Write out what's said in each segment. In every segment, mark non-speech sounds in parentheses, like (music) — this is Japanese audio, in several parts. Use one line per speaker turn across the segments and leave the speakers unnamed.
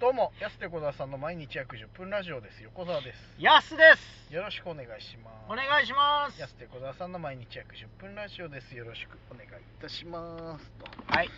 どうも、安手小沢さんの毎日約10分ラジオです。横澤です。
やすです
よろしくお願いします。
お願いします
安手小沢さんの毎日約10分ラジオです。よろしくお願いいたします。と
はいよ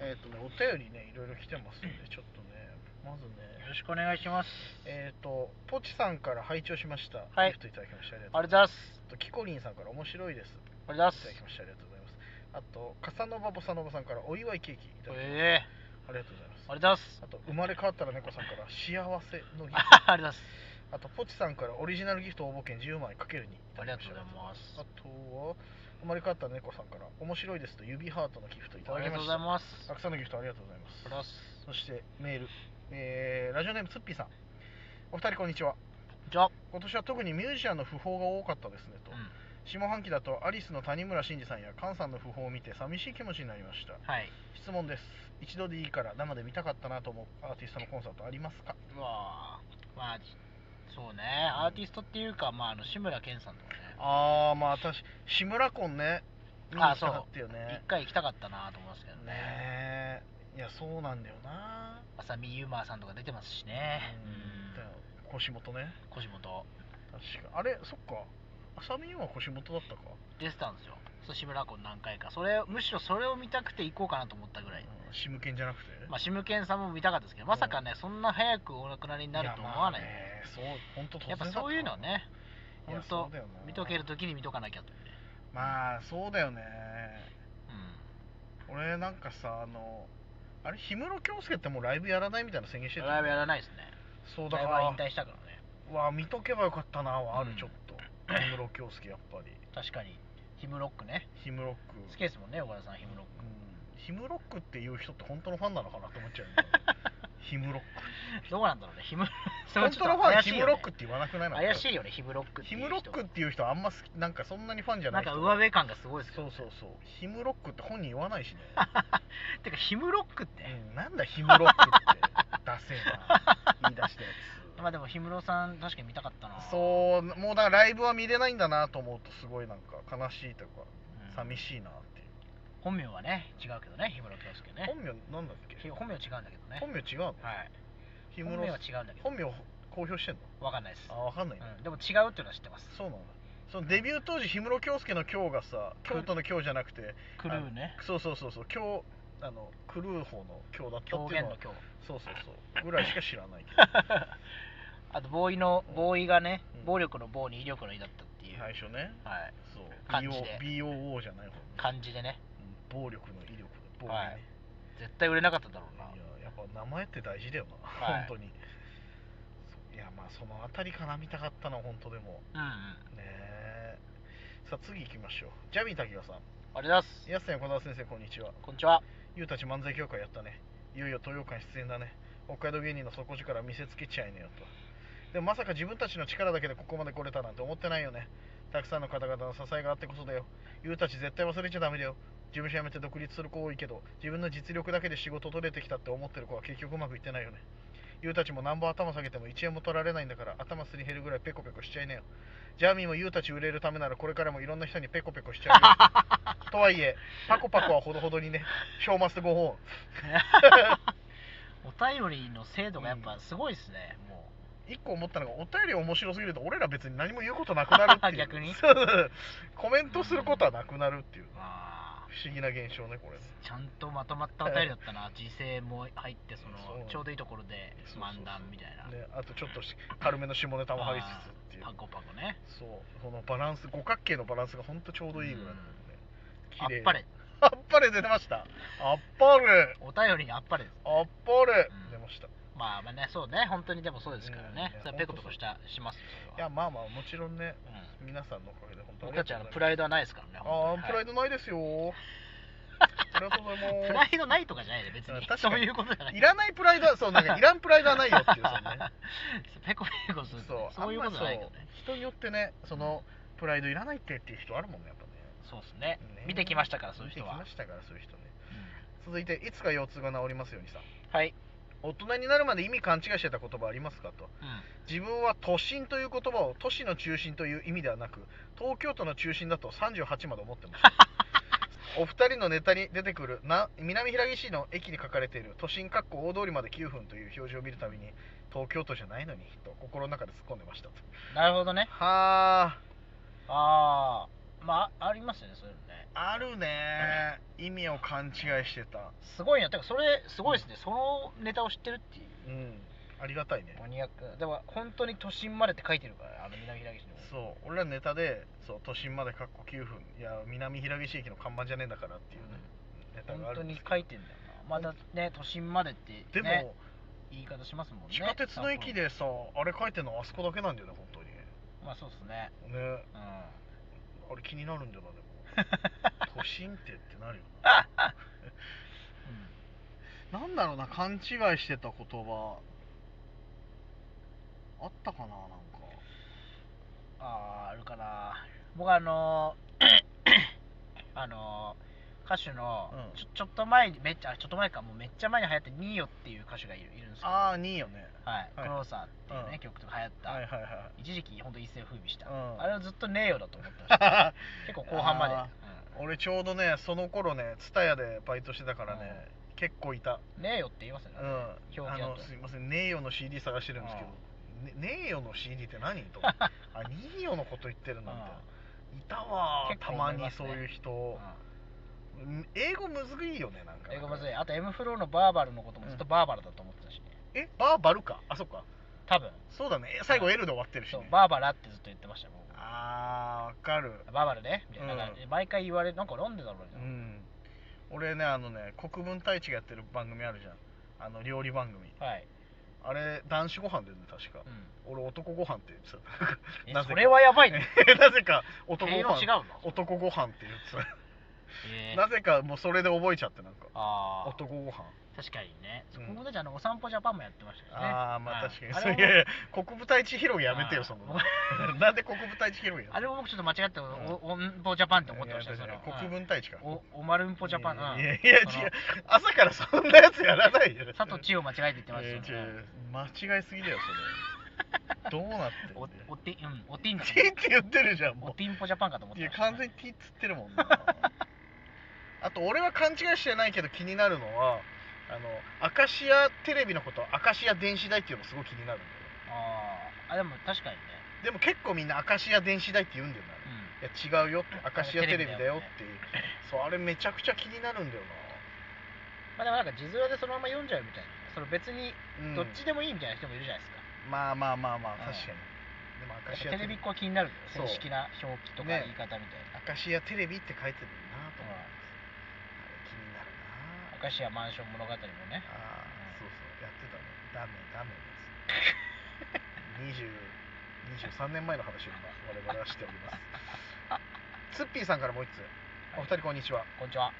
えっ、とね、お便りね、いろいろ来てますんで、ちょっとね、まずね、
ろしくお願いします
えっ、と、ポチさんから拝聴しました。
はい
ギフトいただきました。ありがと
あ
うござい
れだす
ます。と、キコリンさんから面白いです。い
あれだす
ただきました。ありがとうございます。あと、カサノバボサノバさんからお祝いケーキいただきました。
え
ありがとうございます
ー、。あれだす
あと、生まれ変わったら猫さんから幸せのギフト。
(laughs) あれだす
あと、ポチさんからオリジナルギフト応募券10枚かけるにいただきました。
ありがとうございます
あとは、生まれ変わった猫さんから、面白いですと指ハートのギフトいた
あ
だ
り
き
がと
ま
うご
し
ざ
た。
います
たくさんのギフトありがとうございま
あれ
す。
だす
そして、メール、えーラジオネームツッピーさん。お二人、こんにちは。
じゃあ
今年は特にミュージシャンの訃報が多かったですねと。
うん
下半期だと、アリスの谷村新司さんや菅さんの訃報を見て寂しい気持ちになりました。
はい
質問です。一度でいいから生で見たかったなと思うアーティストのコンサートありますか
うわーまあそうねアーティストっていうかまああの志村けんさんとかね
ああまあ私志村コンね見に行
あ
き
そ
た
う
かったよね
一回行きたかったなと思いますけど
ね
ね
えいやそうなんだよな
浅見ゆうまさんとか出てますしね
うんだよ
う
腰元ね
ん腰元
確かあれそっか浅見は腰元だったか、
出てたんですよそう志村コン何回かそれむしろそれを見たくて行こうかなと思ったぐらい
うん、シムケンじゃなくて
まあ、シムケンさんも見たかったですけど、まさかね、そんな早くお亡くなりになると思わない。
や,、ね、そう本当突然
やっぱそういうのはね、
いや
本当
そうだよな
見とけるときに見とかなきゃって。
まあそうだよね
う
俺なんかさあのあれ氷室京介ってもうライブやらないみたいな宣言して
ん。
た
ライブやら
い
ないですね。
そうだ
ライ
か
ブは
ら
引退したからね。
わあ見とけばよかったなはある、
うん
ちょっと氷室京介やっぱり
確かに、ヒムロックね。
ヒムロック
好きですもんね、岡田さん、ヒムロック。
うんヒムロックっていう人って本当のファンなのかなと思っちゃう
(laughs)
よねヒムロック
どうなんだろうね、
(laughs)
ヒムそれ
本
ちょ
当
っ
の
と
ファン
怪
ヒ
しい
ム
よ
ロ
ね
ックって言わなくないの
怪しいよね、ヒムロックって
ヒ
いう人。
ムロックっていう人あんま好きなんかそんなにファンじゃな
ないんか
人
上辺感がすごいですけ
そ
ど、
う
ね。
そうそうヒムロックって本人言わないしね、
てか、ヒムロックって。
うんなんだヒムロックってダセえな言い出したやつ
まあでも、ヒムロさん、確かに見たかったな。 (laughs)
そうもうだからライブは見れないんだなと思うとすごいなんか悲しいというか
うん
寂しいなっていう、
本名はね、違うけどね、ヒムロ京介ね。
本名なんだっけ
ひ本名違うんだけどね。
本名違うの
はい。
氷
本
室
名は違うんだけど
本名公表してんの
わかんないです、
あ分かんないね、
うん、でも違うっていうのは知ってます
そうなんだそのデビュー当時氷室京介の京がさ京都の京じゃなくて
クルーね
あのそうそうそうそう京あのクルー方の京だったっ
狂
ていう
言
の
の
は
今日
そうそうそうぐらいしか知らない
(laughs)
けど
あとボーイのボーイがね、
うん
暴力の暴に威力の威だったっていう、
最
はい
初ねそう
漢字で
BO BOO じゃない方ね
感じでね
うん暴力の威力の暴力、
はい
ね
絶対売れなかっただろうない
ややっぱ名前って大事だよな、
はい
本当にそういやまあその辺りかな見たかったの本当でも
うんうん
ねえさあ次行きましょうジャビー滝川さん
あれだっす
安瀬小沢先生こんにちは
こんにちは
ゆうたち漫才協会やったねいよいよ東洋館出演だね北海道芸人の底力見せつけちゃいねよとでもまさか自分たちの力だけでここまで来れたなんて思ってないよねたくさんの方々の支えがあってこそだよゆうたち絶対忘れちゃダメだよ事務所辞めて独立する子多いけど自分の実力だけで仕事取れてきたって思ってる子は結局うまくいってないよねゆうたちもなんぼ頭下げても1円も取られないんだから頭すり減るぐらいペコペコしちゃいなよジャーミーもゆうたち売れるためならこれからもいろんな人にペコペコしちゃうよとはいえパコパコはほどほどにねショーマスゴーホ
お便りの精度がやっぱすごいですね、も
ーン1個思ったのがお便り面白すぎると俺ら別に何も言うことなくなるっていう
(laughs) 逆に
そうそうコメントすることはなくなるっていう
うわあ
不思議な現象ねこれ
ちゃんとまとまったお便りだったな時勢も入ってそ
そう
のちょうどいいところで
そうそうそう
漫談みたいな
ねあとちょっとし軽めの下ネタも入りつつっていう
パコパコね
そうそのバランス五角形のバランスがほんとちょうどいいぐらいなんでね
あっ
綺麗
ぱれ
あっぱれ出てましたあっぱれ
お便りにあっぱれです
あっぱれ、
うん
出ました
まあまあね、そうね、本当にでもそうですからね
うん。
それはペコペコしたしますよそ
い
れ
や
は
まあまあもちろんね
う
皆さんのおかげで本当
ん
に
僕たちはあのプライドはないですからね。
あ
本
あ
当
プ
には
ラ
い
イドないですよありがとうございます
(laughs) プライドないとかじゃないで、別
うん
に。
確か
そ
に
ういうことじゃない。
いらないプライドはそうなん
(laughs)
かいらんプライドはないよっていうそのね
ペコペコするとね。そういうことじゃないけどね。
人によってねそのプライドいらないってっていう人あるもんねやっぱね
そうですね
ね。
見てきましたから、そういう人
見
は
てき。ましたからそういう人ね
うん
続いていつか腰痛が治りますようにさん
はい。
大人になるまで意味勘違いしてた言葉ありますかと
うん
自分は都心という言葉を都市の中心という意味ではなく東京都の中心だと38まで思ってましたお二人のネタに出てくるな南平岸の駅に書かれている都心かっこ大通りまで9分という表示を見るたびに東京都じゃないのにと心の中で突っ込んでましたと
なるほどね
は
ああまあありますよねそういうのね
ああるね意味を勘違いしてた
すごいなてかそれすごいですね、そのネタを知ってるっていう
うんありがたいね
マニアックでも本当に都心までって書いてるからねあの南平岸の
そう俺らネタでそう都心までかっこ9分いや南平岸駅の看板じゃねえんだからっていうね、ネタがあ
本
る
当
んで
に
すけど
書いてんだよなまだね都心までって、ね、
でも、
言い方しますもんね
地下鉄の駅
散
でさあれ書いてるのあそこだけなんだよね本当に
歩まあそうっすね
ね
うん
あれ気になるんだよな (laughs) でも都心ってってなるよ (laughs) ななんだろうな勘違いしてた言葉あったかななんか
あああるかな僕あのー (coughs) あのー歌手の、
うん
ちょちょっと前にめっちゃあちょっと前かもうめっちゃ前に流行ってニーヨっていう歌手がいるいるんですけど
ああ2よね
はい、
はい
クローサーっていうね、
うん
曲とか流行った、
はいはいはい
一時期本当一世を風靡した、
うん
あれをずっとねえよだと思ってました
(laughs)
結構後半まで、
あ俺ちょうどねその頃ね蔦屋でバイトしてたからね、結構いた
うんねえよって言いますよね、
うん
表
あ
記だと
のすいませんネイヨの CD 探してるんですけど、ね、ネイヨの CD って何と思
(laughs)
ってあニーヨのこと言ってるなみたいな、いたわー
結
た
構
ま
思いま
に
す
そ
ね
ういう人、
う
うん英語むずいよねなんか
ん英語まずいあと M フローのバーバルのこともずっとバーバルだと思ってたしね、
えバーバルかあそっか
多分
そうだねえ最後 L で終わってるし、
そう
ね、
バーバラってずっと言ってましたよ僕
あーわかる
バーバルねみたいな、なんか
う
毎回言われるなんかなんでだろ
う
うね、
ん俺ねあのね国分太一がやってる番組あるじゃんあの料理番組
はい、
あれ男子ご飯だよね確か
うん
俺男ご飯って言って
え
(laughs) なぜか
それはやばいね (laughs)
たなぜか男
毛
ご
色違
飯
うの
男ご飯って言って
え
た
ー
なぜかもうそれで覚えちゃってなんか
ああ
男ご飯
確かにね、
うん
ここでじゃあのお散歩ジャパンもやってましたよね
ああまあ確かに
あ
そう
れも
いやいや国分太一披露やめてよ
あー
その (laughs) なんで国分太一披露や
あれも僕ちょっと間違ってお、おんぽジャパンって思ってましたよ、
い
そ
やい
れ
や
は
国分太一か
うんおおまるんぽジャパン。うん
いやいや違う
その
朝からそんなやつやらないよ
佐藤千代間違えて言ってま
い
す
や
よ、
違
ね。
う間違いすぎだよそれ
(laughs)
どうなってんだ
お
よ
おてん、うん、
(laughs)
おてんかと
ティンって言ってるじゃん
お
も
てんぽジャパンかと思っ
うい
て
や完
ましたね、
全にティっつってるも
(laughs)
んなあと俺は勘違いしてないけど気になるのはあのアカシアテレビのことアカシア電子台っていうのすごい気になるんだよ
あーあ、でも確かにね。
でも結構みんなアカシア電子台って言うんだよないや
う
違うよってアカシアテレビだよ
テレビだ
ってい
よね
うそうあれめちゃくちゃ気になるんだよ
ん。まあでもなんか字面でそのまま読んじゃうみたいな。その別に
な、うん
どっちでもいいみたいな人もいるじゃないですか。
まあまあまあまあ
うん
確かに、でもアカ
やっ
シア
ぱテレビっ子は気になるよ
そう
正式な表記とか
ね
言い方みたい
ア
な。
カシアテレビって書いてるなと思う、
う
あ
ん
れ気になるな
明石家マンション物語もね。
ああそうそうやってたねダメダメです20 23年前の話を今我々はしておりますツッピーさんからもう一つお二人こんにちは
こんにちは。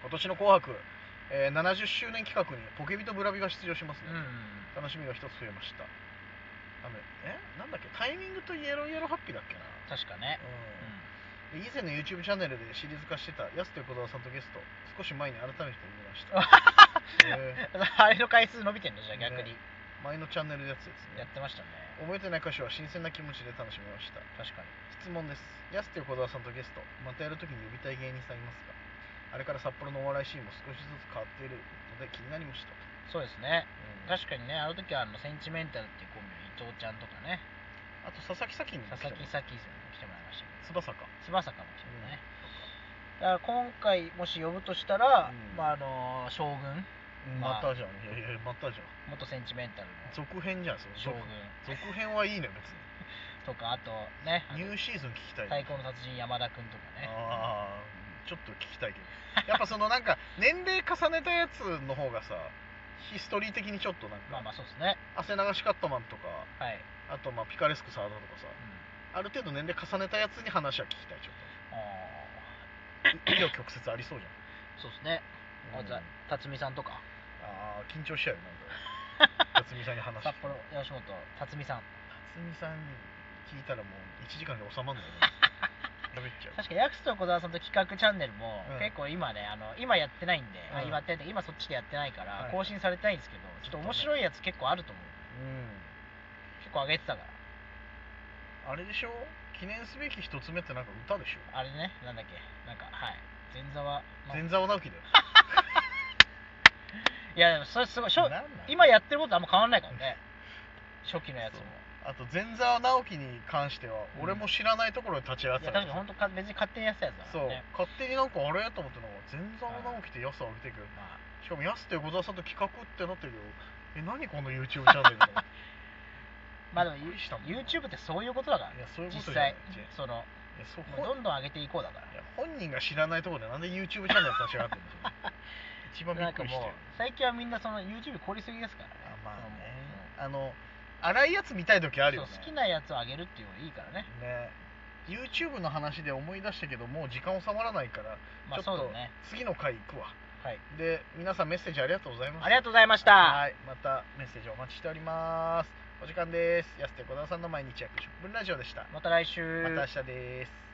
今年の「紅白」えー70周年企画にポケビとブラビが出場します
う
ね、
んうんうん。
楽しみが一つ増えましたあのえなんだっけタイミングとイエローイエローハッピーだっけな
確かね。
うん
うん
以前の YouTube チャンネルでシリーズ化してたやすと横澤さんとゲスト少し前に改めて見ましたえ
(laughs) あれの回数伸びてんのじゃあ逆
ね
に、
ー前のチャンネルのやつ
(laughs)
ですね
やってましたね
覚えてない箇所は新鮮な気持ちで楽しみました
確かに
質問ですやすと横澤さんとゲストまたやるときに呼びたい芸人さんいますかあれから札幌のお笑いシーンも少しずつ変わっているので気になりました、
そうですね
うん
確かにねあの時はあのセンチメンタルっていうコンビの伊藤ちゃんとかね
あと佐々木咲にも
佐
来て
々
も
木咲さんも来てもらいましたけ
翼か
ど翼かも来てもらね、だから今回もし呼ぶとした
う
ら、
ん
まああの将軍
うん
ま
ま
あ
たじゃんいやいやまたじゃん
元センチメンタルの
続編じゃんその
将
続
軍
続編はいいのよ別に
とかあとねあの
ニューシーズン聞きたいね
太鼓の達人山田君とかね
ああちょっと聞きたいけどやっぱそのなん
(laughs)
か年齢重ねたやつの方がさヒストリー的にちょっとなん
まあ
か、
まあそうですね
汗流しカットマンとか
はい、うん、
あとまあピカレスクサーダとかさある程度年齢重ねたやつに話は聞きたいちょ
あ
っと紆余曲折ありそうじ
ーそうですね、
ゃん、
あじゃ
うん
あ辰巳さんとか
あー緊張しちゃうよ
(laughs)
なんか辰巳さんに話
札幌
辰
吉本辰巳さん
巳さん聞いたらもう1時間で収まんないね喋っちゃう
確かヤクスと小沢さんと企画チャンネルも、
うん
結構今ねあの今やってないんで、あ
うん
今やってないんだけど今そっちでやってないから、
はい
更新されてないんですけどちょっと面白いやつ結構あると思う
うん
結構上げてたから
あれでしょ記念すべき一つ目ってなんか歌でしょ
あれねなんだっけなんかはい前座は、まあ
前座直樹だよ
いやでもそれすごいしょ
なんなん
今やってることあんま変わんないから
(laughs)
ね初期のやつも
あと前座直樹に関しては
うん
俺も知らないところで立ち会わ
い
せ
や
た
確かに本当か別に勝手にやってたやつだか
そう
らね
勝手になんかあれやと思ったのが前座直樹って安上げてくる
まあ
しかも安って小沢さんと企画ってなってるよえ何この YouTube チャンネルみた (laughs) いな
まあでも
びっくりしたもん
YouTube ってそういうことだから
いやそういうこ
実
とじゃない
際その
いやそう
もう
ほ
ど
ん
んどん上げていこうだから
いや本人が知らないところでなんで YouTube チャンネル立ち上がってるん
(laughs)
ですよ一番び
な
っ
ん
く
か
りして
も
る
う最近はみんなその YouTube 凝りすぎですからね
あまあね
うん
あの荒いやつ見たい時あるよね
そう好きなやつをあげるっていうのがいいからね
ね YouTube の話で思い出したけどもう時間収まらないから
まあ
ちょ
そ
っ
うだ
と
ね
次の回行くわ
はい
で皆さんメッセージありがとうございます
ありがとうございました
はいまたメッセージお待ちしておりますお時間です安手小田さんの毎日約10分ラジオでした
また来週
また明日です